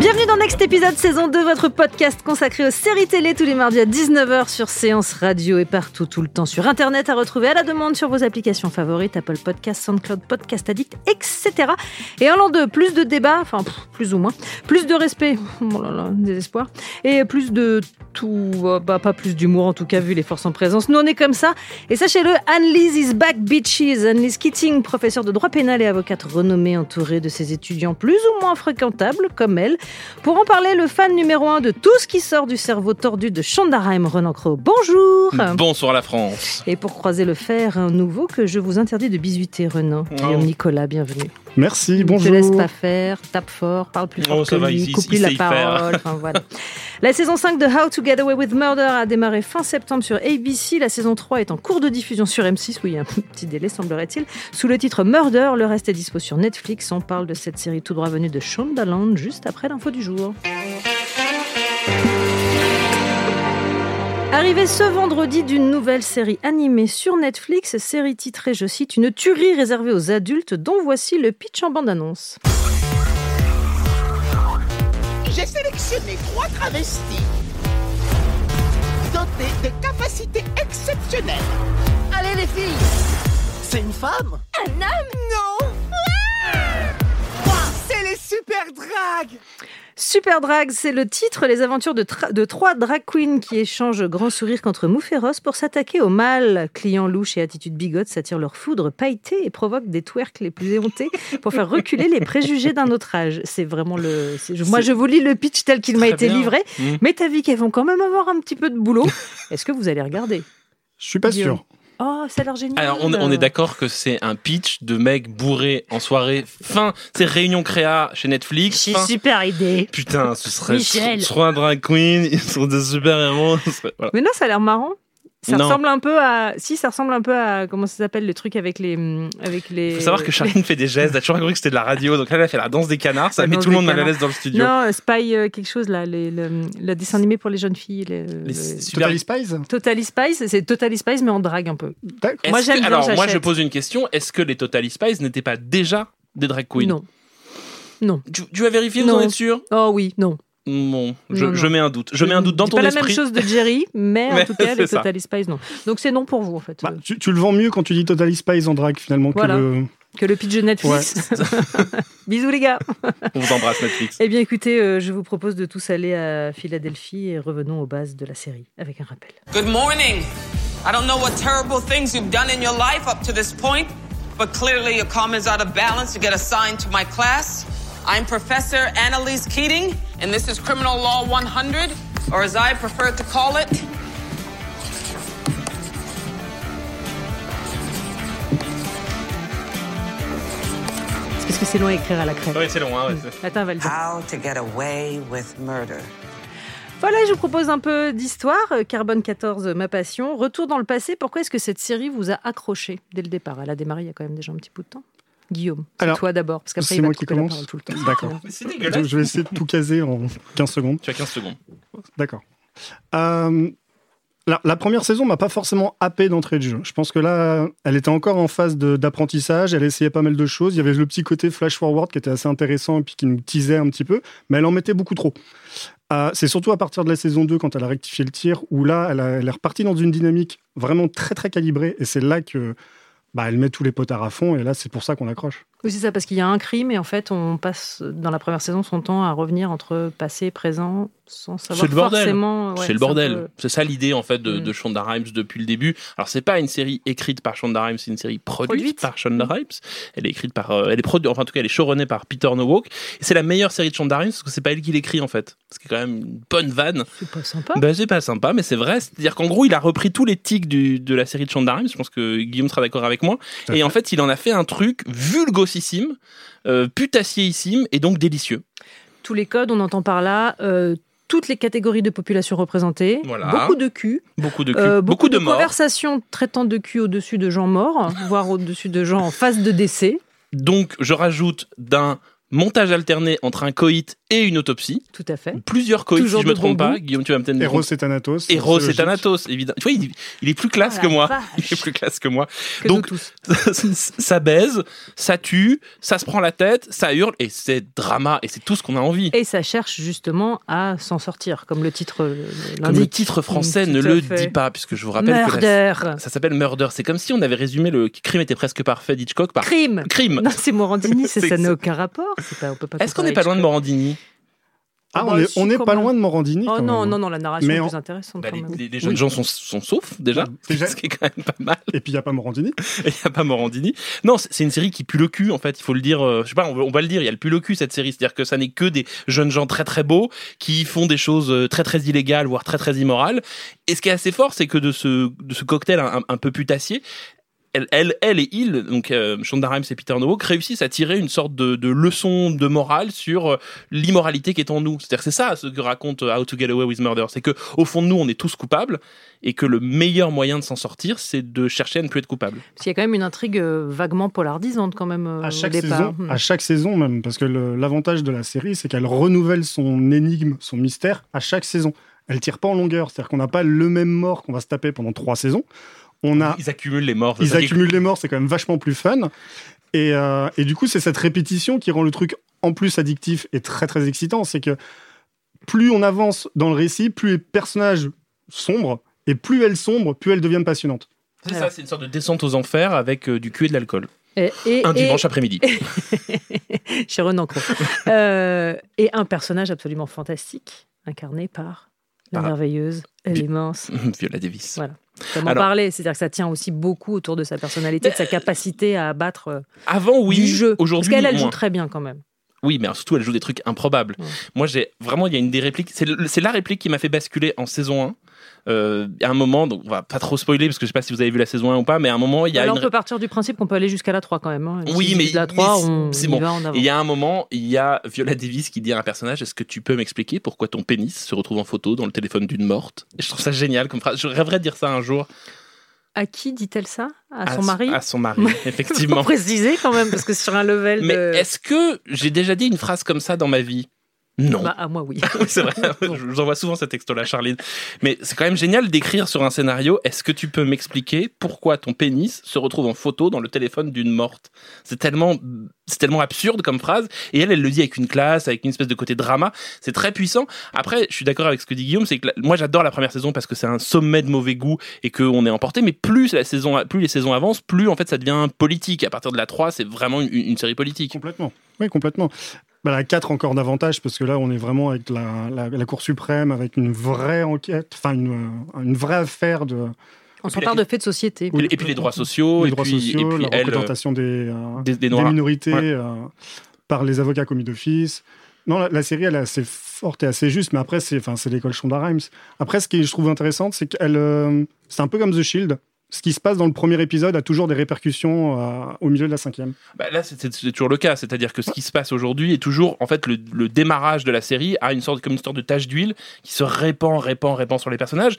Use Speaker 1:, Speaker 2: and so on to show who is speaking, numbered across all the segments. Speaker 1: Bienvenue dans Next épisode saison 2, votre podcast consacré aux séries télé tous les mardis à 19h sur Séance Radio et partout tout le temps sur Internet à retrouver à la demande sur vos applications favorites, Apple Podcast, SoundCloud, Podcast Addict, etc. Et en l'an 2, plus de débats, enfin pff, plus ou moins, plus de respect, oh là là, désespoir, et plus de tout, euh, bah pas plus d'humour en tout cas vu les forces en présence. Nous on est comme ça et sachez-le, Anne-Lise is back bitches. Anne-Lise Keating, professeure de droit pénal et avocate renommée entourée de ses étudiants plus ou moins fréquentables comme elle. Pour en parler, le fan numéro un de tout ce qui sort du cerveau tordu de Shandarheim, Renan Crowe. Bonjour
Speaker 2: Bonsoir la France.
Speaker 1: Et pour croiser le fer, un nouveau que je vous interdis de bisuter, Renan.
Speaker 2: Oh.
Speaker 1: Guillaume Nicolas, bienvenue.
Speaker 3: Merci,
Speaker 1: Ne
Speaker 3: bonjour.
Speaker 1: te laisse pas faire, tape fort, parle plus fort
Speaker 2: Oh, ça
Speaker 1: que
Speaker 2: va,
Speaker 1: lui,
Speaker 2: il- il-
Speaker 1: coupe
Speaker 2: il
Speaker 1: la
Speaker 2: sait y faire.
Speaker 1: parole. enfin, voilà. La saison 5 de How to Get Away with Murder a démarré fin septembre sur ABC. La saison 3 est en cours de diffusion sur M6. Oui, il y a un petit délai, semblerait-il. Sous le titre Murder, le reste est dispo sur Netflix. On parle de cette série tout droit venue de Shondaland juste après l'info du jour. Arrivée ce vendredi d'une nouvelle série animée sur Netflix, série titrée, je cite, Une tuerie réservée aux adultes, dont voici le pitch en bande-annonce.
Speaker 4: J'ai sélectionné trois travestis dotés de capacités exceptionnelles. Allez les filles C'est une femme Un homme Ah! Non Moi, C'est les super dragues
Speaker 1: Super Drag, c'est le titre, les aventures de, tra- de trois drag queens qui échangent grand sourire contre mou féroce pour s'attaquer au mal. Clients louches et attitudes bigotes s'attirent leur foudre pailletée et provoquent des twerks les plus éhontés pour faire reculer les préjugés d'un autre âge. C'est vraiment le... c'est- je- Moi, je vous lis le pitch tel qu'il m'a
Speaker 2: Très
Speaker 1: été
Speaker 2: bien.
Speaker 1: livré,
Speaker 2: Mm.
Speaker 1: mais t'as vu qu'elles vont quand même avoir un petit peu de boulot. Est-ce que vous allez regarder
Speaker 3: Je suis pas
Speaker 1: Guillaume.
Speaker 3: sûr.
Speaker 1: Oh, ça a l'air génial
Speaker 2: Alors, on, on est d'accord que c'est un pitch de mecs bourrés en soirée, fin, c'est réunion créa chez Netflix.
Speaker 1: C'est
Speaker 2: fin-
Speaker 1: super idée
Speaker 2: Putain, ce serait
Speaker 1: Michel.
Speaker 2: tr- trois drag queens, ils sont des super héros. Voilà.
Speaker 1: Mais non, ça a l'air marrant. Ça
Speaker 2: Non.
Speaker 1: ressemble un peu à. Si, ça ressemble un peu à. Comment ça s'appelle le truc avec les. hum, Avec les...
Speaker 2: Faut savoir que Charline fait des gestes, elle a toujours cru que c'était de la radio, donc là elle a fait la danse des canards, ça
Speaker 1: La
Speaker 2: met
Speaker 1: danse
Speaker 2: tout le
Speaker 1: des
Speaker 2: monde mal à
Speaker 1: canards.
Speaker 2: l'aise dans le studio.
Speaker 1: Non, euh, Spy euh, quelque chose là, les, le, le dessin animé pour les jeunes filles. le-
Speaker 2: Les
Speaker 1: le-
Speaker 2: super-
Speaker 3: Totally Spies
Speaker 1: Totally Spies, c'est Totally Spies mais en drague un peu.
Speaker 3: D'accord.
Speaker 2: Est-ce
Speaker 1: Moi, j'aime
Speaker 2: que-
Speaker 1: bien,
Speaker 2: Alors moi je
Speaker 1: j'achète.
Speaker 2: pose une question, est-ce que les Total Spies n'étaient pas déjà des drag queens
Speaker 1: Non.
Speaker 2: Tu, tu as vérifié, vous
Speaker 1: Non.
Speaker 2: en êtes sûr
Speaker 1: Oh oui, non.
Speaker 2: Bon, je,
Speaker 1: Non, non.
Speaker 2: je mets un doute. Je mets un doute dans
Speaker 1: C'est
Speaker 2: ton
Speaker 1: pas
Speaker 2: esprit.
Speaker 1: la même chose de Jerry, mais en
Speaker 2: Mais
Speaker 1: tout cas
Speaker 2: c'est
Speaker 1: les
Speaker 2: ça.
Speaker 1: Totally Spies non. Donc c'est non pour vous en fait.
Speaker 3: Bah,
Speaker 1: euh,
Speaker 3: tu, tu le vends mieux quand tu dis Totally Spies en drague finalement
Speaker 1: Voilà.
Speaker 3: que le...
Speaker 1: Que le pitch de Netflix. Bisous les gars.
Speaker 2: On vous embrasse Netflix.
Speaker 1: Eh bien écoutez, euh, je vous propose de tous aller à Philadelphie et revenons aux bases de la série avec un rappel.
Speaker 5: Good morning. I don't know what terrible things you've done in your life up to this point, but clearly your comments out of balance to get assigned to my class. I'm Professor Annalise Keating, and this is Criminal Law 100, or as I prefer to call it,
Speaker 1: C'est Parce que c'est long à écrire à la crème.
Speaker 2: Ouais, c'est long, hein, ouais, c'est-
Speaker 1: Attends, on va le dire.
Speaker 5: How to Get Away with Murder.
Speaker 1: Voilà, je vous propose un peu d'histoire. Euh, Carbone 14, euh, ma passion. Retour dans le passé. Pourquoi est-ce que cette série vous a accroché dès le départ Elle a démarré il y a quand même déjà un petit bout de temps. Guillaume, c'est
Speaker 3: Alors,
Speaker 1: toi d'abord, parce qu'aès
Speaker 3: c'est
Speaker 1: il va
Speaker 3: moi
Speaker 1: te
Speaker 3: qui
Speaker 1: couper la
Speaker 3: commence
Speaker 1: parole tout le temps.
Speaker 3: D'accord.
Speaker 2: Mais C'est
Speaker 3: Donc,
Speaker 2: dégueulasse.
Speaker 3: je vais essayer de tout caser en 15 secondes.
Speaker 2: Tu as 15 secondes.
Speaker 3: D'accord. Euh, la, la première saison m'a pas forcément happé d'entrée de jeu. Je pense que là, elle était encore en phase de- d'apprentissage, elle essayait pas mal de choses. Il y avait le petit côté flash forward qui était assez intéressant et puis qui nous teasait un petit peu, mais elle en mettait beaucoup trop. Euh, c'est surtout à partir de la saison 2, quand elle a rectifié le tir, où là, elle, a- elle est repartie dans une dynamique vraiment très très calibrée et c'est là que bah, elle met tous les potards à fond et là, c'est pour ça qu'on accroche.
Speaker 1: Oui, c'est ça, parce qu'il y a un crime et en fait, on passe dans la première saison son temps à revenir entre passé et présent sans savoir
Speaker 2: C'est le bordel.
Speaker 1: forcément. ouais,
Speaker 2: c'est le
Speaker 1: un
Speaker 2: bordel.
Speaker 1: peu-
Speaker 2: C'est ça l'idée en fait de,
Speaker 1: Mm.
Speaker 2: de Shonda Rhimes depuis le début. Alors c'est pas une série écrite par Shonda Rhimes, c'est une série produite,
Speaker 1: Produite.
Speaker 2: par Shonda Rhimes. Elle est écrite par, euh, elle est produite, enfin en tout cas elle est showrunnée par Peter Nowak. Et c'est la meilleure série de Shonda Rhimes parce que c'est pas elle qui l'écrit en fait. Ce qui est quand même une bonne vanne.
Speaker 1: C'est pas sympa.
Speaker 2: Bah c'est pas sympa, mais c'est vrai. C'est-à-dire qu'en gros il a repris tous les tics du- de la série de Shonda Rhimes. Je pense que Guillaume sera d'accord avec moi.
Speaker 3: Tout à
Speaker 2: Et en fait il en a fait un truc vulgosissime, euh, putassieissime et donc délicieux.
Speaker 1: Tous les codes, on entend par là. euh, toutes les catégories de population représentées,
Speaker 2: Voilà.
Speaker 1: beaucoup de cul,
Speaker 2: Beaucoup de cul,
Speaker 1: euh,
Speaker 2: beaucoup, de, morts.
Speaker 1: conversations traitant de cul au-dessus de gens morts, voire au-dessus de gens en phase de décès.
Speaker 2: Donc, je rajoute d'un montage alterné entre un coït et une autopsie.
Speaker 1: Tout à fait.
Speaker 2: Plusieurs coïts, si
Speaker 1: Toujours
Speaker 2: je me
Speaker 1: de
Speaker 2: trompe
Speaker 1: bon
Speaker 2: pas.
Speaker 1: goût.
Speaker 2: Guillaume, tu vas peut-être me
Speaker 3: Eros
Speaker 2: tromper.
Speaker 3: et Thanatos.
Speaker 2: Héros, c'est
Speaker 3: c'est logique.
Speaker 2: Thanatos, évidemment. Tu vois, il, il est plus classe
Speaker 1: Oh
Speaker 2: que
Speaker 1: la
Speaker 2: moi.
Speaker 1: vache.
Speaker 2: Il est plus classe que moi.
Speaker 1: Que
Speaker 2: Donc-
Speaker 1: nous tous.
Speaker 2: ça baise, ça tue, ça se prend la tête, ça hurle, et c'est drama, et c'est tout ce qu'on a envie.
Speaker 1: Et ça cherche justement à s'en sortir, comme le titre euh,
Speaker 2: Comme le
Speaker 1: l'indique.
Speaker 2: titre français
Speaker 1: Tout
Speaker 2: ne
Speaker 1: à
Speaker 2: le
Speaker 1: fait.
Speaker 2: dit pas, puisque je vous rappelle que la- Ah.
Speaker 1: Murder.
Speaker 2: ça s'appelle Murder. C'est comme si on avait résumé le crime était presque parfait d'Hitchcock par
Speaker 1: Crime.
Speaker 2: crime.
Speaker 1: Non, c'est Morandini, c'est-
Speaker 2: C'est-
Speaker 1: ça n'a aucun rapport. c'est Pas, on peut pas
Speaker 2: Est-ce qu'on
Speaker 1: comparer
Speaker 2: n'est pas loin de
Speaker 1: Hitchcock.
Speaker 2: Morandini
Speaker 3: Ah,
Speaker 1: Bah,
Speaker 3: on est-
Speaker 1: si,
Speaker 3: on n'est
Speaker 1: quand
Speaker 3: pas
Speaker 1: même.
Speaker 3: loin de Morandini.
Speaker 1: Oh
Speaker 3: quand
Speaker 1: non,
Speaker 3: même.
Speaker 1: non, non, la narration
Speaker 3: Mais
Speaker 1: est
Speaker 3: en-
Speaker 1: plus intéressante
Speaker 2: Bah,
Speaker 1: quand
Speaker 2: les,
Speaker 1: même.
Speaker 2: les- les jeunes
Speaker 3: Oui.
Speaker 2: gens sont, sont saufs déjà,
Speaker 3: Déjà.
Speaker 2: ce qui est quand même pas mal.
Speaker 3: Et puis il n'y a pas Morandini.
Speaker 2: Il n'y a pas Morandini. Non, c'est c'est une série qui pue le cul en fait. Il faut le dire. euh, je sais pas, on, va- on va le dire. Il y a le pue le cul cette série, c'est-à-dire que ça n'est que des jeunes gens très très beaux qui font des choses euh, très très illégales, voire très très immorales. Et ce qui est assez fort, c'est que de ce de ce cocktail un, un peu putassier. Elle, elle, elle et il, donc euh, Shonda Rhimes et Peter Nowak, réussissent à tirer une sorte de, de leçon de morale sur euh, l'immoralité qui est en nous. C'est-à-dire que c'est ça ce que raconte euh, How to Get Away with Murder. C'est que au fond de nous, on est tous coupables et que le meilleur moyen de s'en sortir, c'est de chercher à ne plus être coupable.
Speaker 1: Parce qu'il y a quand même une intrigue euh, vaguement polardisante quand même euh,
Speaker 3: à chaque
Speaker 1: au départ.
Speaker 3: saison,
Speaker 1: Hmm.
Speaker 3: à chaque saison même, parce que le- l'avantage de la série, c'est qu'elle renouvelle son énigme, son mystère à chaque saison. Elle tire pas en longueur, c'est-à-dire qu'on n'a pas le même mort qu'on va se taper pendant trois saisons. On a,
Speaker 2: Ils accumulent les morts. c'est
Speaker 3: Ah. ils
Speaker 2: ça qui est-
Speaker 3: accumulent les morts, c'est quand même vachement plus fun. Et, euh, et du coup, c'est cette répétition qui rend le truc en plus addictif et très très excitant. C'est que plus on avance dans le récit, plus les personnages sombres et plus elles sombrent, plus elles deviennent passionnantes.
Speaker 2: C'est ça, c'est une sorte de descente aux enfers avec euh, du cul et de l'alcool.
Speaker 1: Et, et-
Speaker 2: Un
Speaker 1: et-
Speaker 2: dimanche après-midi.
Speaker 1: chez Renan Cros. Euh, et un personnage absolument fantastique, incarné par la
Speaker 2: Par-
Speaker 1: merveilleuse, elle est mince.
Speaker 2: Viola Davis.
Speaker 1: Voilà. Comment
Speaker 2: Alors-
Speaker 1: parler C'est-à-dire que ça tient aussi beaucoup autour de sa personnalité, de sa capacité à abattre euh,
Speaker 2: Avant, oui.
Speaker 1: du jeu. Parce
Speaker 2: Aujourd'hui,
Speaker 1: qu'elle, elle joue
Speaker 2: moins.
Speaker 1: très bien quand même.
Speaker 2: Oui, mais surtout, elle joue des trucs improbables.
Speaker 1: Ouais.
Speaker 2: Moi, j'ai vraiment, il y a une des répliques. C'est le- c'est la réplique qui m'a fait basculer en saison 1. Euh, à un moment, donc on va pas trop spoiler parce que je sais pas si vous avez vu la saison 1 ou pas, mais à un moment, il y a
Speaker 1: Alors
Speaker 2: une.
Speaker 1: on peut partir du principe qu'on peut aller jusqu'à la 3 quand même. hein. Et
Speaker 2: Oui,
Speaker 1: si
Speaker 2: mais-
Speaker 1: de la
Speaker 2: mais
Speaker 1: 3,
Speaker 2: c'est-
Speaker 1: on
Speaker 2: c'est
Speaker 1: y
Speaker 2: bon.
Speaker 1: va en avant.
Speaker 2: Et il y a un moment, il y a Viola Davis qui dit à un personnage Est-ce que tu peux m'expliquer pourquoi ton pénis se retrouve en photo dans le téléphone d'une morte Et je trouve ça génial comme phrase. Je rêverais de dire ça un jour.
Speaker 1: À qui dit-elle ça À son
Speaker 2: s-
Speaker 1: mari
Speaker 2: À son mari,
Speaker 1: Faut
Speaker 2: effectivement.
Speaker 1: préciser quand même, parce que sur un level
Speaker 2: Mais
Speaker 1: de...
Speaker 2: est-ce que j'ai déjà dit une phrase comme ça dans ma vie Non.
Speaker 1: Bah, à moi, oui.
Speaker 2: Oui, c'est vrai, je vous envoie souvent ce texto-là, Charline. Mais c'est quand même génial d'écrire sur un scénario Est-ce que tu peux m'expliquer pourquoi ton pénis se retrouve en photo dans le téléphone d'une morte C'est tellement, c'est tellement absurde comme phrase. Et elle, elle le dit avec une classe, avec une espèce de côté drama. C'est très puissant. Après, je suis d'accord avec ce que dit Guillaume, c'est que la- moi j'adore la première saison parce que c'est un sommet de mauvais goût et qu'on est emporté. Mais plus la saison, plus les saisons avancent, plus en fait ça devient politique. À partir de la 3, c'est vraiment une, une série politique.
Speaker 3: Complètement. Oui, complètement. Bah, la 4 encore davantage, parce que là, on est vraiment avec la, la- la Cour suprême, avec une vraie enquête, enfin, une, euh, une vraie affaire de
Speaker 1: On s'empare de faits de société.
Speaker 2: Et puis les droits sociaux,
Speaker 3: des
Speaker 2: Oh, et,
Speaker 3: droits
Speaker 2: puis,
Speaker 3: sociaux,
Speaker 2: et puis
Speaker 3: la
Speaker 2: elle, euh,
Speaker 3: représentation des, euh,
Speaker 2: des, des
Speaker 3: des
Speaker 2: noirs.
Speaker 3: minorités
Speaker 2: Ouais.
Speaker 3: euh, par les avocats commis d'office. Non, la, la série, elle est assez forte et assez juste, mais après, c'est enfin, c'est l'école Shonda Rhimes. Après, ce que je trouve intéressant, c'est qu'elle. euh, c'est un peu comme The Shield. Ce qui se passe dans le premier épisode a toujours des répercussions euh, au milieu de la cinquième.
Speaker 2: Bah là, c'est- c'est c'est toujours le cas, c'est-à-dire que ce qui se passe aujourd'hui est toujours, en fait, le, le démarrage de la série a une sorte, comme une sorte de tache d'huile qui se répand, répand, répand sur les personnages.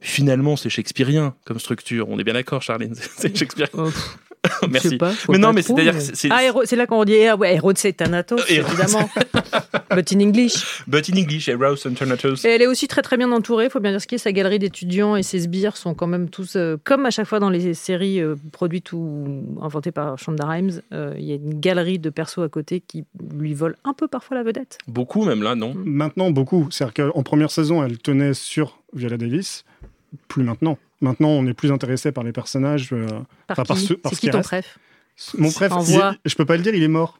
Speaker 2: Finalement, c'est shakespearien comme structure. On est bien d'accord, Charline. C'est shakespearien.
Speaker 1: Euh, pff, Je sais
Speaker 2: Merci.
Speaker 1: pas, je vois
Speaker 2: Mais non,
Speaker 1: pas
Speaker 2: mais
Speaker 1: trop,
Speaker 2: c'est-à-dire que c'est- c'est-
Speaker 1: Ah, Hero- c'est là qu'on dit, ah ouais, Héros c'est Thanatos,
Speaker 2: Euh, Hérode,
Speaker 1: évidemment. But in English.
Speaker 2: But in English, Eros and Thanatos.
Speaker 1: Et elle est aussi très très bien entourée, faut bien dire ce qui est, sa galerie d'étudiants et ses sbires sont quand même tous, euh, comme à chaque fois dans les séries euh, produites ou inventées par Shonda Rhimes, euh, il y a une galerie de persos à côté qui lui volent un peu parfois la vedette.
Speaker 2: Beaucoup, même là, non
Speaker 3: Maintenant, beaucoup. C'est-à-dire qu'en première saison, elle tenait sur Viola Davis. Plus maintenant. Maintenant, on est plus intéressé par les personnages. euh,
Speaker 1: Par
Speaker 3: Enfin, par
Speaker 1: qui
Speaker 3: ce- par
Speaker 1: C'est
Speaker 3: ce
Speaker 1: qui
Speaker 3: qui
Speaker 1: ton
Speaker 3: reste.
Speaker 1: préf
Speaker 3: Mon préf,
Speaker 1: En
Speaker 3: il est-
Speaker 1: voix.
Speaker 3: je peux pas le dire, il est mort.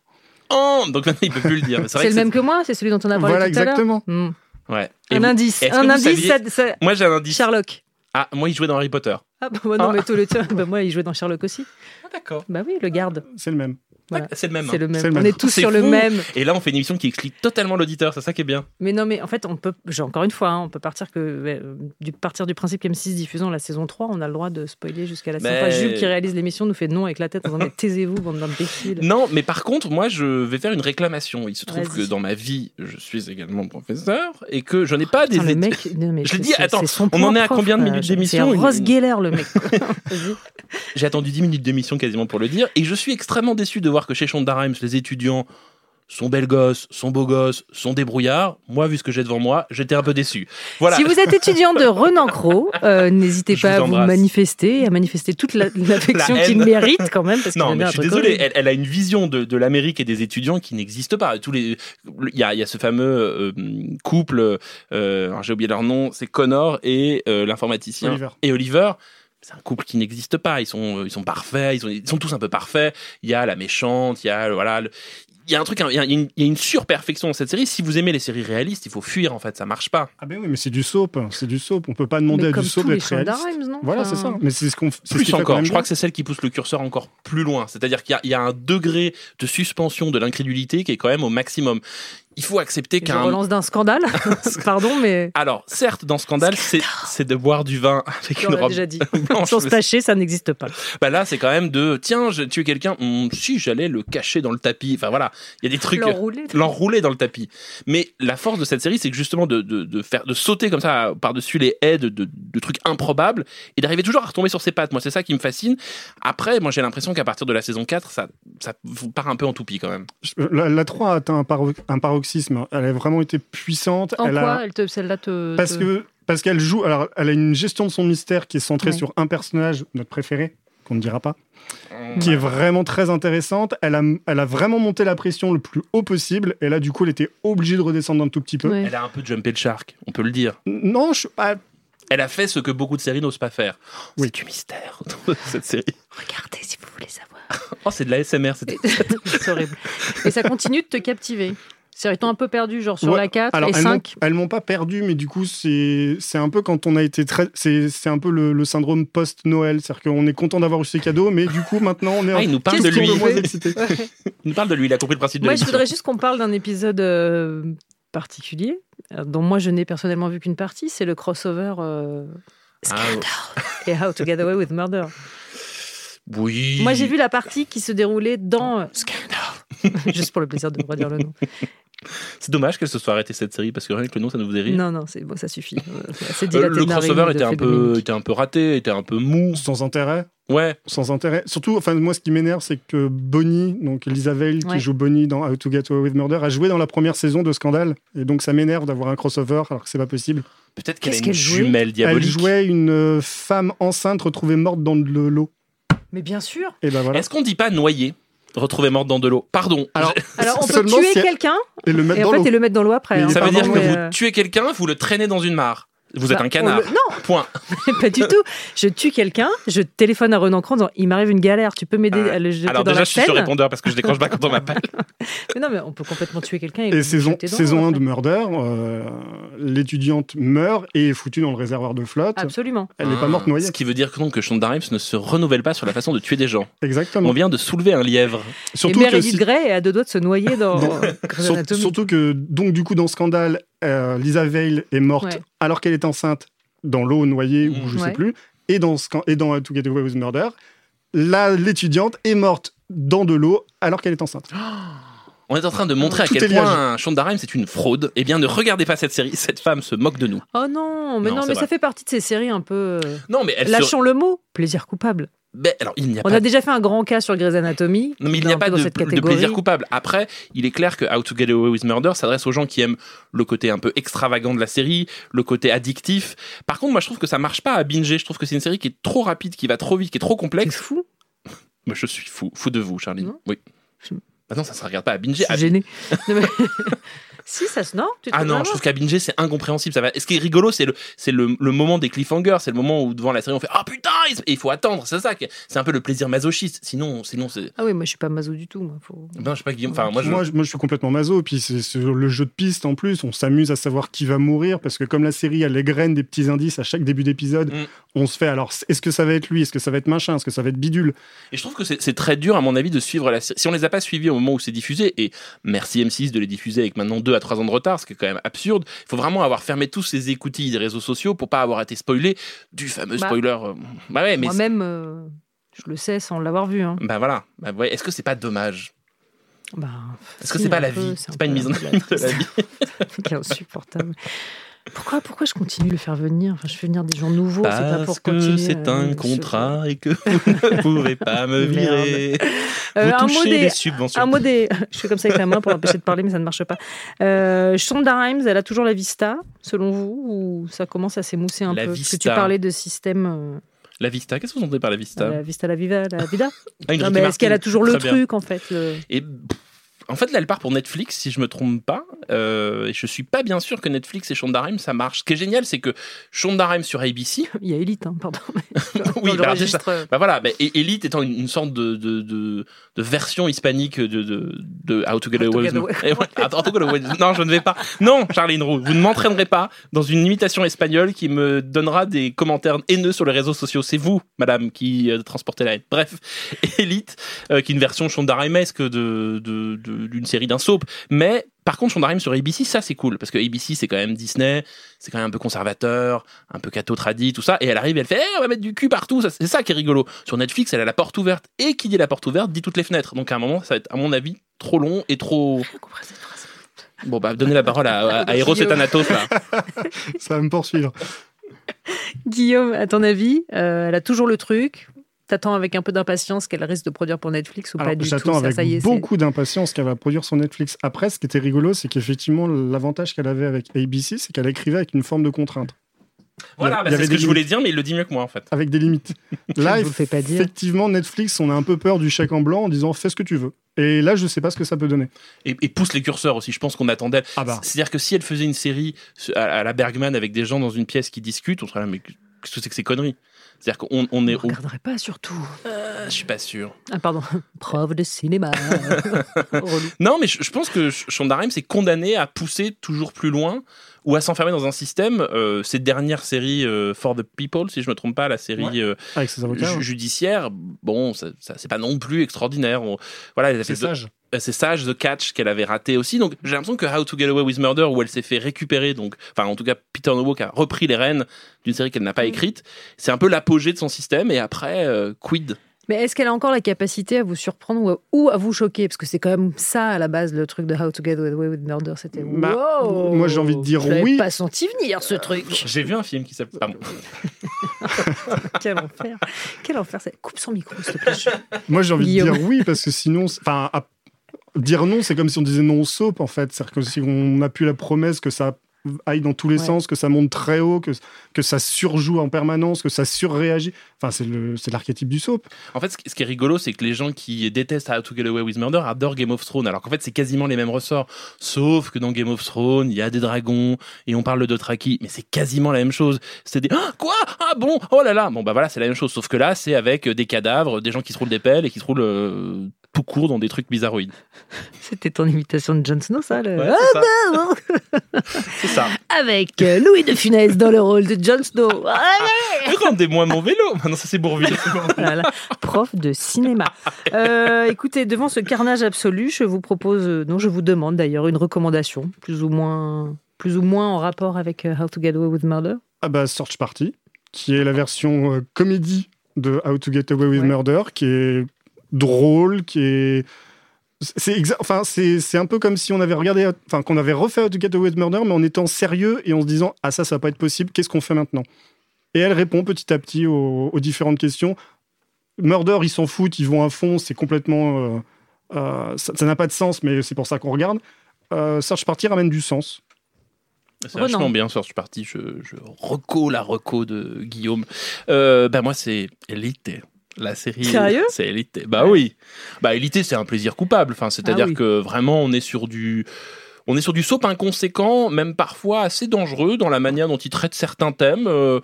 Speaker 2: Oh Donc maintenant, il peut plus le dire. Mais
Speaker 1: C'est
Speaker 2: vrai
Speaker 1: le
Speaker 2: que
Speaker 1: même que moi, c'est celui dont on a parlé
Speaker 3: Voilà,
Speaker 1: tout à l'heure.
Speaker 3: exactement.
Speaker 1: Hmm.
Speaker 2: Ouais. Et
Speaker 1: Un
Speaker 2: vous-
Speaker 1: indice,
Speaker 2: est-ce que
Speaker 1: un
Speaker 2: vous
Speaker 1: indice,
Speaker 2: saviez-
Speaker 1: ça- ça-
Speaker 2: Moi, j'ai un indice.
Speaker 1: Sherlock.
Speaker 2: Ah, moi, il jouait dans Harry Potter.
Speaker 1: Ah bah ouais, non,
Speaker 2: Ah.
Speaker 1: mais toi, le tien, bah moi, il jouait dans Sherlock aussi.
Speaker 2: Ah, d'accord.
Speaker 1: Bah oui, le garde.
Speaker 3: C'est le même.
Speaker 1: Voilà.
Speaker 2: C'est le même.
Speaker 1: C'est
Speaker 2: hein.
Speaker 1: le même.
Speaker 3: C'est le
Speaker 1: On
Speaker 3: même.
Speaker 1: est tous
Speaker 2: C'est
Speaker 1: sur le
Speaker 2: fou.
Speaker 1: même.
Speaker 2: Et là, on fait une émission qui explique totalement l'auditeur. C'est ça qui est bien.
Speaker 1: Mais non, mais en fait, on peut, j'ai encore une fois, hein, on peut partir que euh, du partir du principe qu'M6 diffusant la saison 3, on a le droit de spoiler jusqu'à la saison
Speaker 2: Mais-
Speaker 1: 3. Jules qui réalise l'émission nous fait non avec la tête en disant mais taisez-vous bande d'imbéciles.
Speaker 2: Non, mais par contre, moi, je vais faire une réclamation. Il se trouve
Speaker 1: Vas-y.
Speaker 2: que dans ma vie, je suis également professeur et que je n'ai pas des
Speaker 1: Putain, le mec,
Speaker 2: études-
Speaker 1: non, mais
Speaker 2: Je l'ai
Speaker 1: c'est-
Speaker 2: dit,
Speaker 1: c'est-
Speaker 2: attends,
Speaker 1: c'est son
Speaker 2: on en
Speaker 1: point
Speaker 2: est à
Speaker 1: prof,
Speaker 2: combien de
Speaker 1: euh,
Speaker 2: minutes
Speaker 1: je-
Speaker 2: d'émission
Speaker 1: C'est
Speaker 2: Il-
Speaker 1: un Ross Geller, le mec.
Speaker 2: J'ai attendu 10 minutes d'émission quasiment pour le dire et je suis extrêmement déçu de voir que chez Shonda Rhimes, les étudiants sont belles gosses, sont beaux gosses, sont débrouillards. Moi, vu ce que j'ai devant moi, j'étais un peu déçu. Voilà.
Speaker 1: Si vous êtes étudiant de Renan Cros, euh, n'hésitez
Speaker 2: Je
Speaker 1: pas
Speaker 2: vous
Speaker 1: à vous
Speaker 2: embrasse.
Speaker 1: manifester, et à manifester toute la- l'affection
Speaker 2: La
Speaker 1: qu'il
Speaker 2: haine.
Speaker 1: mérite quand même. Parce qu'il
Speaker 2: Non,
Speaker 1: aime
Speaker 2: mais
Speaker 1: bien
Speaker 2: je
Speaker 1: un
Speaker 2: suis
Speaker 1: truc
Speaker 2: désolé.
Speaker 1: horrible.
Speaker 2: Elle, elle a une vision de, de l'Amérique et des étudiants qui n'existe pas. Tous les, il y a, il y a ce fameux euh, couple. euh, alors, J'ai oublié leur nom. C'est Connor et euh, l'informaticien
Speaker 3: Oliver.
Speaker 2: et Oliver. C'est un couple qui n'existe pas. Ils sont, ils sont parfaits. Ils sont, ils sont tous un peu parfaits. Il y a la méchante. Il y a, voilà. le- il y a un truc, il y a une, il y a une surperfection dans cette série. Si vous aimez les séries réalistes, il faut fuir en fait, ça marche pas.
Speaker 3: Ah ben oui, mais c'est du soap, c'est du soap. On peut pas demander
Speaker 1: Mais
Speaker 3: à
Speaker 1: comme
Speaker 3: du soap
Speaker 1: tous les
Speaker 3: d'être réaliste.
Speaker 1: Shonda Rhimes, non
Speaker 3: Voilà,
Speaker 1: Enfin,
Speaker 3: c'est ça. Mais c'est ce qu'on, c'est ce qui
Speaker 2: Plus
Speaker 3: fait quand
Speaker 2: encore,
Speaker 3: même
Speaker 2: je crois
Speaker 3: bien.
Speaker 2: que c'est celle qui pousse le curseur encore plus loin. C'est-à-dire qu'il y a- il y, a un degré de suspension de l'incrédulité qui est quand même au maximum. Il faut accepter
Speaker 1: Je
Speaker 2: qu'un.
Speaker 1: relance d'un scandale. Pardon, mais
Speaker 2: Alors, certes, dans Scandale, c'est c'est de boire du vin avec
Speaker 1: on
Speaker 2: une
Speaker 1: l'a
Speaker 2: robe
Speaker 1: déjà dit.
Speaker 2: blanche.
Speaker 1: Sans se tâcher, ça n'existe pas.
Speaker 2: Bah là, c'est quand même de tiens, j'ai tué quelqu'un. Hum, si j'allais le cacher dans le tapis. Enfin voilà, il y a des trucs.
Speaker 1: L'enrouler.
Speaker 2: l'enrouler dans le tapis. Mais la force de cette série, c'est que justement de, de, de faire, de sauter comme ça par-dessus les haies de, de- de trucs improbables et d'arriver toujours à retomber sur ses pattes. Moi, c'est ça qui me fascine. Après, moi, j'ai l'impression qu'à partir de la saison 4, ça, ça vous part un peu en toupie quand même.
Speaker 3: La, la 3 a atteint un, paro- un paroxysme. Elle a vraiment été puissante.
Speaker 1: En
Speaker 3: elle a-
Speaker 1: quoi elle te- celle-là te.
Speaker 3: Parce
Speaker 1: te-
Speaker 3: que parce qu'elle joue. Alors, elle a une gestion de son mystère qui est centrée
Speaker 1: Ouais.
Speaker 3: sur un personnage, notre préféré, qu'on ne dira pas, qui
Speaker 2: Ouais.
Speaker 3: est vraiment très intéressante. Elle a, elle a vraiment monté la pression le plus haut possible. Et là, du coup, elle était obligée de redescendre un tout petit peu.
Speaker 1: Ouais.
Speaker 2: Elle a un peu jumpé le shark, on peut le dire.
Speaker 3: Non, je, ah,
Speaker 2: Elle a fait ce que beaucoup de séries n'osent pas faire.
Speaker 3: Oui.
Speaker 2: C'est du mystère dans cette série.
Speaker 1: Regardez si vous voulez savoir.
Speaker 2: Oh, c'est de la SMR. c'est-
Speaker 1: c'est horrible. Et ça continue de te captiver. C'est étant un peu perdu, genre sur
Speaker 3: Ouais,
Speaker 1: la 4
Speaker 3: alors,
Speaker 1: et
Speaker 3: elles m'ont-
Speaker 1: 5.
Speaker 3: Elles m'ont pas perdu, mais du coup, c'est c'est un peu quand on a été très. C'est c'est un peu le, le syndrome post-Noël. C'est-à-dire qu'on est content d'avoir eu ces cadeaux, mais du coup, maintenant, on est
Speaker 2: Ah, il nous parle
Speaker 3: petit
Speaker 2: de
Speaker 3: peu
Speaker 2: lui.
Speaker 3: moins excité.
Speaker 2: Il nous parle de lui, il a compris le principe de
Speaker 1: Moi, je
Speaker 2: l'émission.
Speaker 1: voudrais juste qu'on parle d'un épisode euh, particulier, euh, dont moi je n'ai personnellement vu qu'une partie, c'est le crossover euh,
Speaker 2: Ah,
Speaker 1: et How to Get Away with Murder.
Speaker 2: oui.
Speaker 1: Moi, j'ai vu la partie qui se déroulait dans. euh, Juste pour le plaisir de redire le nom.
Speaker 2: C'est dommage qu'elle se soit arrêtée cette série parce que rien que le nom, ça nous faisait rire.
Speaker 1: Non, non, c'est bon, ça suffit. Euh, c'est assez
Speaker 2: Euh,
Speaker 1: dilaté
Speaker 2: le
Speaker 1: de narine
Speaker 2: crossover
Speaker 1: de
Speaker 2: était un,
Speaker 1: fait de
Speaker 2: peu,
Speaker 1: mimique.
Speaker 2: était un peu raté, était un peu mou.
Speaker 3: Sans intérêt.
Speaker 2: Ouais,
Speaker 3: Sans intérêt. Surtout, enfin, moi, ce qui m'énerve, c'est que Bonnie, donc Elisabeth,
Speaker 1: Ouais.
Speaker 3: qui joue Bonnie dans How to Get Away with Murder, a joué dans la première saison de Scandale. Et donc, ça m'énerve d'avoir un crossover alors que c'est pas possible.
Speaker 2: peut-être qu'elle a
Speaker 1: Qu'est-ce
Speaker 2: une
Speaker 1: qu'elle jouait
Speaker 2: jumelle diabolique.
Speaker 3: Elle jouait une euh, femme enceinte retrouvée morte dans le lot.
Speaker 1: Mais bien sûr.
Speaker 3: Et ben voilà.
Speaker 2: Est-ce qu'on dit pas noyée, retrouvée morte dans de l'eau Pardon.
Speaker 3: Alors,
Speaker 1: Alors, on peut
Speaker 3: Seulement
Speaker 1: tuer
Speaker 3: si elle-
Speaker 1: quelqu'un
Speaker 3: Et le mettre
Speaker 1: et
Speaker 3: dans
Speaker 1: en fait
Speaker 3: l'eau.
Speaker 1: et le mettre dans l'eau après.
Speaker 3: Mais
Speaker 1: hein.
Speaker 2: ça veut
Speaker 3: pardon,
Speaker 2: dire que
Speaker 1: mais,
Speaker 2: vous
Speaker 1: euh,
Speaker 2: tuez quelqu'un, vous le traînez dans une mare. Vous êtes
Speaker 1: bah,
Speaker 2: un
Speaker 1: on
Speaker 2: canard.
Speaker 1: le- Non,
Speaker 2: Point.
Speaker 1: pas du tout. Je tue quelqu'un, je téléphone à Renan Cran en disant Il m'arrive une galère, tu peux m'aider
Speaker 2: Euh,
Speaker 1: à le jeter
Speaker 2: Alors
Speaker 1: dans
Speaker 2: déjà,
Speaker 1: la
Speaker 2: je suis sur
Speaker 1: Seine
Speaker 2: répondeur parce que je décroche pas quand on m'appelle.
Speaker 1: Mais non, mais on peut complètement tuer quelqu'un.
Speaker 3: Et saison, saison 1 de
Speaker 1: de
Speaker 3: Murder, euh, l'étudiante meurt et est foutue dans le réservoir de flotte.
Speaker 1: Absolument.
Speaker 3: Elle n'est pas morte noyée.
Speaker 2: Ce qui veut dire que donc que Shonda Rhimes ne se renouvelle pas sur la façon de tuer des gens. On
Speaker 3: Exactement.
Speaker 2: vient de soulever un lièvre.
Speaker 3: Surtout
Speaker 1: et
Speaker 3: que,
Speaker 1: Meredith
Speaker 3: si-
Speaker 1: Grey est à deux doigts de se noyer dans
Speaker 3: Dans-
Speaker 1: Grey's
Speaker 3: sur-
Speaker 1: Anatomy.
Speaker 3: surtout que, donc, du coup, dans Scandale, euh, Lisa Vale est morte
Speaker 1: Ouais.
Speaker 3: alors qu'elle est enceinte dans l'eau noyée
Speaker 2: Mmh.
Speaker 3: ou je
Speaker 1: Ouais.
Speaker 3: sais plus. Et dans, Scan- et dans To Get Away with Murder, là, l'étudiante est morte dans de l'eau alors qu'elle est enceinte.
Speaker 2: On est en train de montrer à
Speaker 3: Tout est
Speaker 2: quel
Speaker 3: lié à
Speaker 2: point Shonda Rhimes est une fraude. Eh bien, ne regardez pas cette série. Cette femme se moque de nous.
Speaker 1: Oh non, mais
Speaker 2: Non,
Speaker 1: non,
Speaker 2: c'est
Speaker 1: mais
Speaker 2: vrai.
Speaker 1: ça fait partie de ces séries un peu. euh,
Speaker 2: Non, mais elle. se-
Speaker 1: Lâchons le mot, plaisir coupable.
Speaker 2: Ben, alors, il n'y a
Speaker 1: On
Speaker 2: pas
Speaker 1: a déjà fait un grand cas sur Grey's Anatomy.
Speaker 2: Non, mais il
Speaker 1: dans-
Speaker 2: n'y a pas
Speaker 1: dans
Speaker 2: de,
Speaker 1: cette
Speaker 2: de
Speaker 1: catégorie.
Speaker 2: plaisir coupable. Après, il est clair que How to Get Away with Murder s'adresse aux gens qui aiment le côté un peu extravagant de la série, le côté addictif. Par contre, moi, je trouve que ça marche pas à binger. Je trouve que c'est une série qui est trop rapide, qui va trop vite, qui est trop
Speaker 1: C'est
Speaker 2: complexe.
Speaker 1: fou.
Speaker 2: Moi, je suis fou, fou de vous, Charline.
Speaker 1: Non.
Speaker 2: Oui.
Speaker 1: Je-
Speaker 2: Bah non, ça se regarde pas à
Speaker 1: Je
Speaker 2: binger.
Speaker 1: suis gênée. Non, mais- si, ça se. Non, tu
Speaker 2: Ah
Speaker 1: trouves
Speaker 2: non,
Speaker 1: vraiment
Speaker 2: je trouve qu'à binger, c'est incompréhensible. Ça va. Et ce qui est rigolo, c'est le, c'est le, le moment des cliffhangers. C'est le moment où devant la série, on fait Ah putain, surprise Et il faut attendre, c'est ça. que- C'est un peu le plaisir masochiste. Sinon, sinon c'est.
Speaker 1: Ah oui, moi je suis pas maso du tout. Moi, faut-
Speaker 2: Non, je sais pas, Guillaume. Enfin, moi, je.
Speaker 3: Moi, je, moi, je suis complètement maso. Puis c'est sur le jeu de piste en plus. On s'amuse à savoir qui va mourir parce que comme la série elle égrène des petits indices à chaque début d'épisode,
Speaker 2: Mm.
Speaker 3: on se fait alors est-ce que ça va être lui, est-ce que ça va être machin, est-ce que ça va être bidule.
Speaker 2: Et je trouve que c'est c'est très dur, à mon avis, de suivre la série. Si on les a pas suivis au moment où c'est diffusé, et merci M6 de les diffuser avec maintenant 2 à 3 ans de retard, ce qui est quand même absurde, il faut vraiment avoir fermé tous ces écoutilles des réseaux sociaux pour pas avoir été spoilé du fameux
Speaker 1: Bah.
Speaker 2: spoiler. euh, Bah ouais, mais.
Speaker 1: Moi-même, euh, je le sais sans l'avoir vu. hein.
Speaker 2: Bah voilà. Bah ouais. Est-ce que c'est pas dommage
Speaker 1: Bah,
Speaker 2: Est-ce que
Speaker 1: si,
Speaker 2: c'est pas
Speaker 1: un
Speaker 2: la
Speaker 1: peu,
Speaker 2: vie
Speaker 1: un
Speaker 2: C'est pas
Speaker 1: peu
Speaker 2: une mise en scène de la vie
Speaker 1: Qui est insupportable. Pourquoi, pourquoi je continue de le faire venir enfin, Je fais venir des gens nouveaux, c'est pas pour continuer. euh, ce-
Speaker 2: et que vous ne pouvez pas me
Speaker 1: Merde. Euh, un, mot des,
Speaker 2: subventions.
Speaker 1: un mot des. Je fais comme ça avec la main pour l'empêcher de parler, mais ça ne marche pas. Euh, Shonda Rhimes, elle a toujours la vista, selon vous, ou ça commence à s'émousser un
Speaker 2: La
Speaker 1: peu Parce que tu
Speaker 2: vista.
Speaker 1: parlais de système. euh,
Speaker 2: La Vista, qu'est-ce que vous entendez par la Vista
Speaker 1: la vista, la viva, la vida.
Speaker 2: Ah, une
Speaker 1: Euh, Non,
Speaker 2: Ricky
Speaker 1: mais est-ce
Speaker 2: Martin.
Speaker 1: qu'elle a toujours le
Speaker 2: Très bien.
Speaker 1: truc, en fait le-
Speaker 2: Et pff, en fait, là, elle part pour Netflix, si je me trompe pas. Euh, et je suis pas bien sûr que Netflix et Shonda Rhimes, ça marche. Ce qui est génial, c'est que Shonda Rhimes sur ABC,
Speaker 1: Il y a Elite, hein, pardon.
Speaker 2: Oui,
Speaker 1: Dans le
Speaker 2: bah,
Speaker 1: registre, euh,
Speaker 2: bah voilà, bah, et- Elite étant une, une sorte de, de, de, de version hispanique de, de, de How to Get
Speaker 1: How to
Speaker 2: Away
Speaker 1: Get
Speaker 2: with
Speaker 1: Away.
Speaker 2: Murder. Eh ouais, How to Get Away with- Non, je ne vais pas. Non, Charline Roux, vous ne m'entraînerez pas dans une imitation espagnole qui me donnera des commentaires haineux sur les réseaux sociaux. C'est vous, madame, qui euh, transportez la haine. Bref, Elite, euh, qui est une version Shonda Rhimesque de, de, de- d'une série d'un soap. Mais par contre, Shonda Rhimes sur ABC, ça c'est cool, parce que ABC c'est quand même Disney, c'est quand même un peu conservateur, un peu catho tradit, tout ça. Et elle arrive, elle fait, Eh, on va mettre du cul partout. Ça, c'est ça qui est rigolo. Sur Netflix, elle a la porte ouverte. Et qui dit la porte ouverte dit toutes les fenêtres. Donc à un moment, ça va être, à mon avis, trop long et trop.
Speaker 1: j'ai compris cette phrase.
Speaker 2: Bon, bah, donnez la parole à, à, à Eros et Thanatos, là.
Speaker 3: Ça va me poursuivre.
Speaker 1: Guillaume, à ton avis, euh, elle a toujours le truc T'attends avec un peu d'impatience qu'elle risque de produire pour Netflix ou
Speaker 3: Alors,
Speaker 1: pas du tout
Speaker 3: J'attends
Speaker 1: ça,
Speaker 3: avec
Speaker 1: ça y est, c'est-
Speaker 3: beaucoup d'impatience qu'elle va produire sur Netflix. Après, ce qui était rigolo, c'est qu'effectivement, l'avantage qu'elle avait avec ABC, c'est qu'elle écrivait avec une forme de contrainte,
Speaker 2: Voilà,
Speaker 3: Il y
Speaker 2: bah, c'est
Speaker 3: avait
Speaker 2: ce
Speaker 3: des
Speaker 2: que je voulais dire, mais il le dit mieux que moi, en fait.
Speaker 3: avec des limites.
Speaker 1: Je
Speaker 3: Là,
Speaker 1: ne vous le fais pas dire.
Speaker 3: effectivement, Netflix, on a un peu peur du chèque en blanc en disant fais ce que tu veux. Et là, je sais pas ce que ça peut donner.
Speaker 2: Et, et pousse les curseurs aussi. Je pense qu'on attendait.
Speaker 3: Ah bah.
Speaker 2: C'est-à-dire que si elle faisait une série à, à la Bergman avec des gens dans une pièce qui discutent, on serait là, mais qu'est-ce que c'est que ces conneries C'est-à-dire qu'on on
Speaker 1: On
Speaker 2: est.
Speaker 1: ne
Speaker 2: Au...
Speaker 1: regarderait pas surtout.
Speaker 2: Je suis pas sûr.
Speaker 1: Ah pardon, preuve de cinéma. Relou.
Speaker 2: Non, mais je, je pense que Sh- Shonda Rhimes est condamnée à pousser toujours plus loin ou à s'enfermer dans un système. Euh, ces dernières séries euh, For the People, si je me trompe pas, la série euh,
Speaker 3: Avec ses avocats,
Speaker 2: ju-
Speaker 3: hein.
Speaker 2: judiciaire, bon, ça, ça- c'est pas non plus extraordinaire. On- voilà, elle a fait
Speaker 3: c'est
Speaker 2: deux-
Speaker 3: sage.
Speaker 2: euh, c'est sage The Catch qu'elle avait raté aussi. Donc j'ai l'impression que How to Get Away with Murder, où elle s'est fait récupérer, donc enfin en tout cas Peter Nowak a repris les rênes d'une série qu'elle n'a pas écrite. C'est un peu l'apogée de son système et après euh, quid.
Speaker 1: Mais est-ce qu'elle a encore la capacité à vous surprendre ou à, ou à vous choquer Parce que c'est quand même ça à la base le truc de How to Get Away with Murder. C'était
Speaker 3: Bah,
Speaker 1: wow
Speaker 3: moi, j'ai envie de dire
Speaker 1: Je l'avais
Speaker 3: oui.
Speaker 1: pas senti venir ce truc.
Speaker 2: J'ai vu un film qui s'appelle. pardon.
Speaker 1: Quel enfer. Quel enfer. c'est- Coupe son micro, s'il te plaît. Je-
Speaker 3: Moi, j'ai envie de
Speaker 1: Guillaume.
Speaker 3: dire oui, parce que sinon, c'est- enfin, à- dire non, c'est comme si on disait non au soap, en fait. C'est-à-dire que si on a plus la promesse que ça aille dans tous les
Speaker 1: Ouais.
Speaker 3: sens, que ça monte très haut, que, que ça surjoue en permanence, que ça surréagit. Enfin, c'est le- c'est l'archétype du soap.
Speaker 2: En fait, ce qui- ce qui est rigolo, c'est que les gens qui détestent How to Get Away with Murder adorent Game of Thrones, alors qu'en fait, c'est quasiment les mêmes ressorts. Sauf que dans Game of Thrones, il y a des dragons et on parle de Dothraki, mais c'est quasiment la même chose. C'est des Ah, quoi Ah bon Oh là là Bon, bah voilà, c'est la même chose. Sauf que là, c'est avec euh, des cadavres, des gens qui se roulent des pelles et qui se roulent euh, tout court dans des trucs bizarroïdes.
Speaker 1: C'était ton imitation de Jon Snow, ça le- Ah,
Speaker 2: Ouais, c'est ça. c'est ça.
Speaker 1: Avec euh, Louis de Funès dans le rôle de Jon Snow. Ah,
Speaker 2: Rendez-moi mon vélo Maintenant, ça, c'est Bourville.
Speaker 1: Voilà. Oh Prof de cinéma. Euh, écoutez, devant ce carnage absolu, je vous propose, euh, non, je vous demande d'ailleurs une recommandation, plus ou moins, plus ou moins en rapport avec euh, How to Get Away with Murder.
Speaker 3: Ah bah, Search Party, qui est la version euh, comédie de How to Get Away with
Speaker 1: Ouais.
Speaker 3: Murder, qui est drôle, qui est. C'est exa- enfin, c'est c'est un peu comme si on avait regardé, enfin, qu'on avait refait How to Get Away with Murder, mais en étant sérieux et en se disant Ah, ça, ça va pas être possible, qu'est-ce qu'on fait maintenant Et elle répond petit à petit aux, aux différentes questions. Murder, ils s'en foutent, ils vont à fond, c'est complètement. euh, euh, ça ça n'a pas de sens, mais c'est pour ça qu'on regarde. Euh, Search Party ramène du sens.
Speaker 2: C'est
Speaker 1: Renan.
Speaker 2: vachement bien, Search Party. Je, je reco la reco de Guillaume. Euh, ben moi, c'est Elite. La série.
Speaker 1: Sérieux
Speaker 2: C'est Elite. Bah oui. Bah Elite, c'est un plaisir coupable. Enfin, c'est-à-dire
Speaker 1: Ah oui.
Speaker 2: que vraiment, on est sur du. On est sur du soap inconséquent, même parfois assez dangereux dans la manière dont il traite certains thèmes. Euh,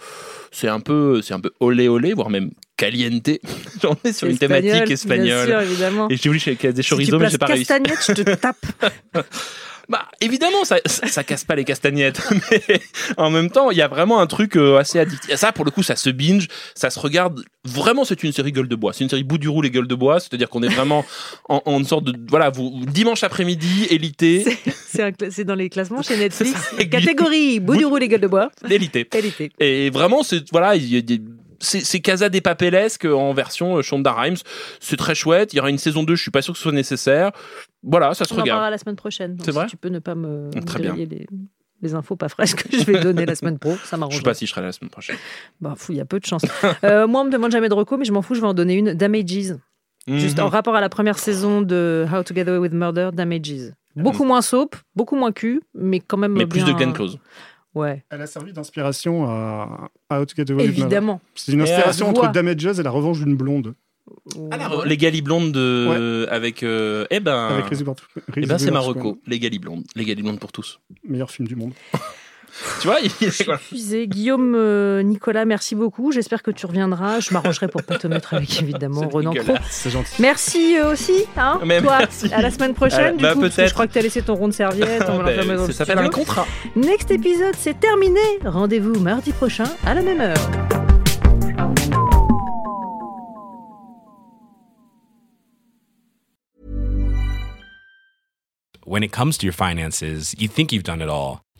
Speaker 2: c'est un peu, c'est un peu olé olé, voire même caliente. J'en ai sur une
Speaker 1: Espagnol,
Speaker 2: thématique
Speaker 1: Bien
Speaker 2: espagnole.
Speaker 1: sûr, évidemment.
Speaker 2: Et j'ai voulu chez des
Speaker 1: Si tu
Speaker 2: chorizo, mais
Speaker 1: places
Speaker 2: j'ai pas réussi.
Speaker 1: Castagnette, je te tape.
Speaker 2: Bah, évidemment, ça, ça, ça casse pas les castagnettes. Mais en même temps, il y a vraiment un truc euh, assez addictif. Ça, pour le coup, ça se binge, ça se regarde. Vraiment, c'est une série gueule de bois. C'est une série bout du roule et gueule de bois. C'est-à-dire qu'on est vraiment en, en une sorte de. Voilà, vous, dimanche après-midi, élité.
Speaker 1: C'est- C'est un cla- c'est dans les classements chez Netflix.
Speaker 2: C'est ça.
Speaker 1: Catégorie bout du roux, les gueules de bois.
Speaker 2: Élité.
Speaker 1: Qualité.
Speaker 2: Et vraiment, c'est voilà, il y a des- c'est c'est Casa des Papelesques en version euh, Shonda Rhimes. C'est très chouette. Il y aura une saison 2, je suis pas sûr que ce soit nécessaire. Voilà, ça se
Speaker 1: On en
Speaker 2: regarde.
Speaker 1: parlera la semaine prochaine. Donc,
Speaker 2: C'est
Speaker 1: si
Speaker 2: vrai
Speaker 1: tu peux ne pas me
Speaker 2: Mm, très
Speaker 1: griller les, les infos pas fraîches que je vais donner la semaine pro, ça
Speaker 2: Je
Speaker 1: m'arrange.
Speaker 2: sais pas si je serai là la semaine prochaine.
Speaker 1: Bah, fou, il y a peu de chance. Euh, moi, on me demande jamais de recours, mais je m'en fous, je vais en donner une. Damages. Juste en
Speaker 2: Mhm.
Speaker 1: rapport à la première saison de How to Get Away with Murder, Damages. Beaucoup moins soap, beaucoup moins cul, mais quand même.
Speaker 2: Mhm. Mais plus
Speaker 1: bien-
Speaker 2: de Glenn Close.
Speaker 1: Ouais,
Speaker 3: Elle a servi d'inspiration à, à How to Get Away with Murder.
Speaker 1: évidemment.
Speaker 3: C'est une
Speaker 2: Et euh, à
Speaker 3: inspiration entre
Speaker 1: voix.
Speaker 3: Damages et la revanche d'une blonde
Speaker 1: Ah, bah
Speaker 2: Euh, Les Galiblondes de... avec. euh, eh ben.
Speaker 3: avec Reese Witherspoon.
Speaker 2: Eh ben, c'est
Speaker 3: Reese
Speaker 2: Marocco. Les Galiblondes. Les Galiblondes pour tous.
Speaker 3: Witherspoon, Meilleur film du monde.
Speaker 2: Tu vois, il- voilà.
Speaker 1: Épuisé. Guillaume, euh, Nicolas, merci beaucoup. J'espère que tu reviendras. Je m'arrangerai pour pas te mettre avec, évidemment,
Speaker 2: C'est
Speaker 1: Renan Cro.
Speaker 2: dégueulasse.
Speaker 3: C'est gentil.
Speaker 1: Merci euh, aussi, hein,
Speaker 2: Mais
Speaker 1: toi.
Speaker 2: merci.
Speaker 1: À la semaine
Speaker 2: À la-
Speaker 1: prochaine, du
Speaker 2: bah,
Speaker 1: coup, parce que je
Speaker 2: peut-être.
Speaker 1: crois que t'as laissé ton rond de serviette. on va
Speaker 2: Ben,
Speaker 1: l'enfermer dans le
Speaker 2: ça s'appelle un
Speaker 1: studio.
Speaker 2: contrat.
Speaker 1: Next épisode, c'est terminé. Rendez-vous mardi prochain à la même heure.
Speaker 6: when it comes to your finances, you think you've done it all.